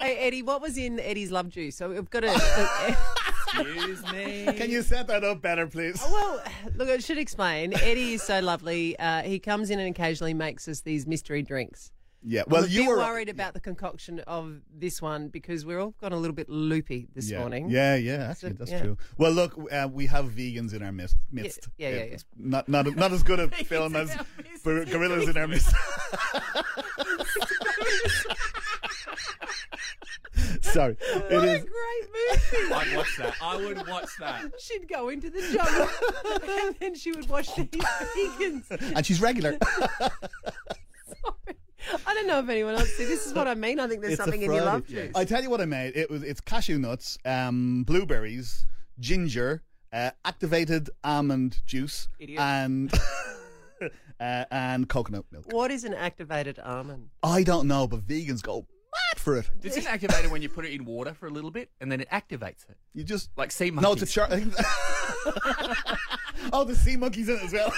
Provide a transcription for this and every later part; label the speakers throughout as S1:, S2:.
S1: Eddie, what was in Eddie's love juice? So we've got to.
S2: Excuse me.
S3: Can you set that up better, please?
S1: Well, look, I should explain. Eddie is so lovely. Uh, he comes in and occasionally makes us these mystery drinks.
S3: Yeah. Well,
S1: I'm a
S3: you
S1: bit
S3: were
S1: worried about the concoction of this one because we're all gone a little bit loopy this
S3: yeah.
S1: morning.
S3: Yeah, yeah, actually,
S1: So,
S3: that's
S1: yeah.
S3: true. Well, look, uh, we have vegans in our midst. midst.
S1: yeah, yeah, yeah.
S3: It's Not, not, not as good a film
S1: in
S3: as
S1: our midst.
S3: gor- gorillas in our midst. Sorry, it
S1: What a
S3: is.
S1: great movie!
S2: I'd watch that. I would watch that.
S1: She'd go into the jungle and then she would watch these vegans.
S3: And she's regular.
S1: I don't know if anyone else did. This is what I mean. I think there's
S3: It's a
S1: something in your
S3: Friday.
S1: love juice.
S3: I tell you what I made. It was it's cashew nuts, um, blueberries, ginger, uh, activated almond juice,
S2: Idiot.
S3: and uh, and coconut milk.
S1: What is an activated almond?
S3: I don't know, but vegans go mad for it.
S2: Does it activate it when you put it in water for a little bit and then it activates it?
S3: You just
S2: Like sea
S3: no, it's a
S2: monkeys.
S3: char- Oh, the sea monkeys in it as well.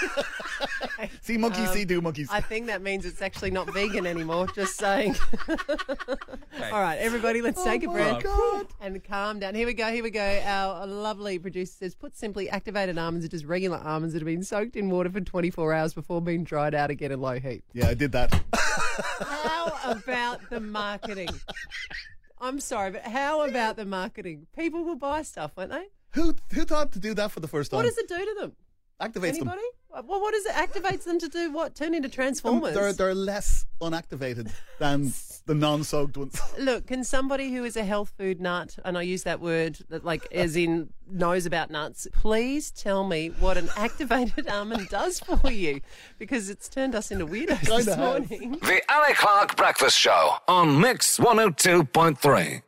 S3: sea monkeys, sea do monkeys.
S1: Um, I think that means it's actually not vegan anymore. Just saying.
S2: Okay.
S1: All right, everybody, let's take a
S3: Oh my
S1: breath
S3: God.
S1: and calm down. Here we go. Here we go. Our lovely producer says, put simply, activated almonds are just regular almonds that have been soaked in water for 24 hours before being dried out again in low heat.
S3: yeah, I did that.
S1: How about the marketing? I'm sorry, but how about the marketing? People will buy stuff, won't they?
S3: Who who thought to do that for the first time?
S1: What does it do to them?
S3: Activates them.
S1: Anybody? Well, what does it activates them to do? What turn into transformers?
S3: They're they're less unactivated than the non-soaked ones.
S1: Look, can somebody who is a health food nut, and I use that word that like as in knows about nuts, please tell me what an activated almond does for you, because it's turned us into weirdos
S3: Kinda
S1: this
S3: has.
S1: morning.
S4: The Alec Clark Breakfast Show on Mix 102.3.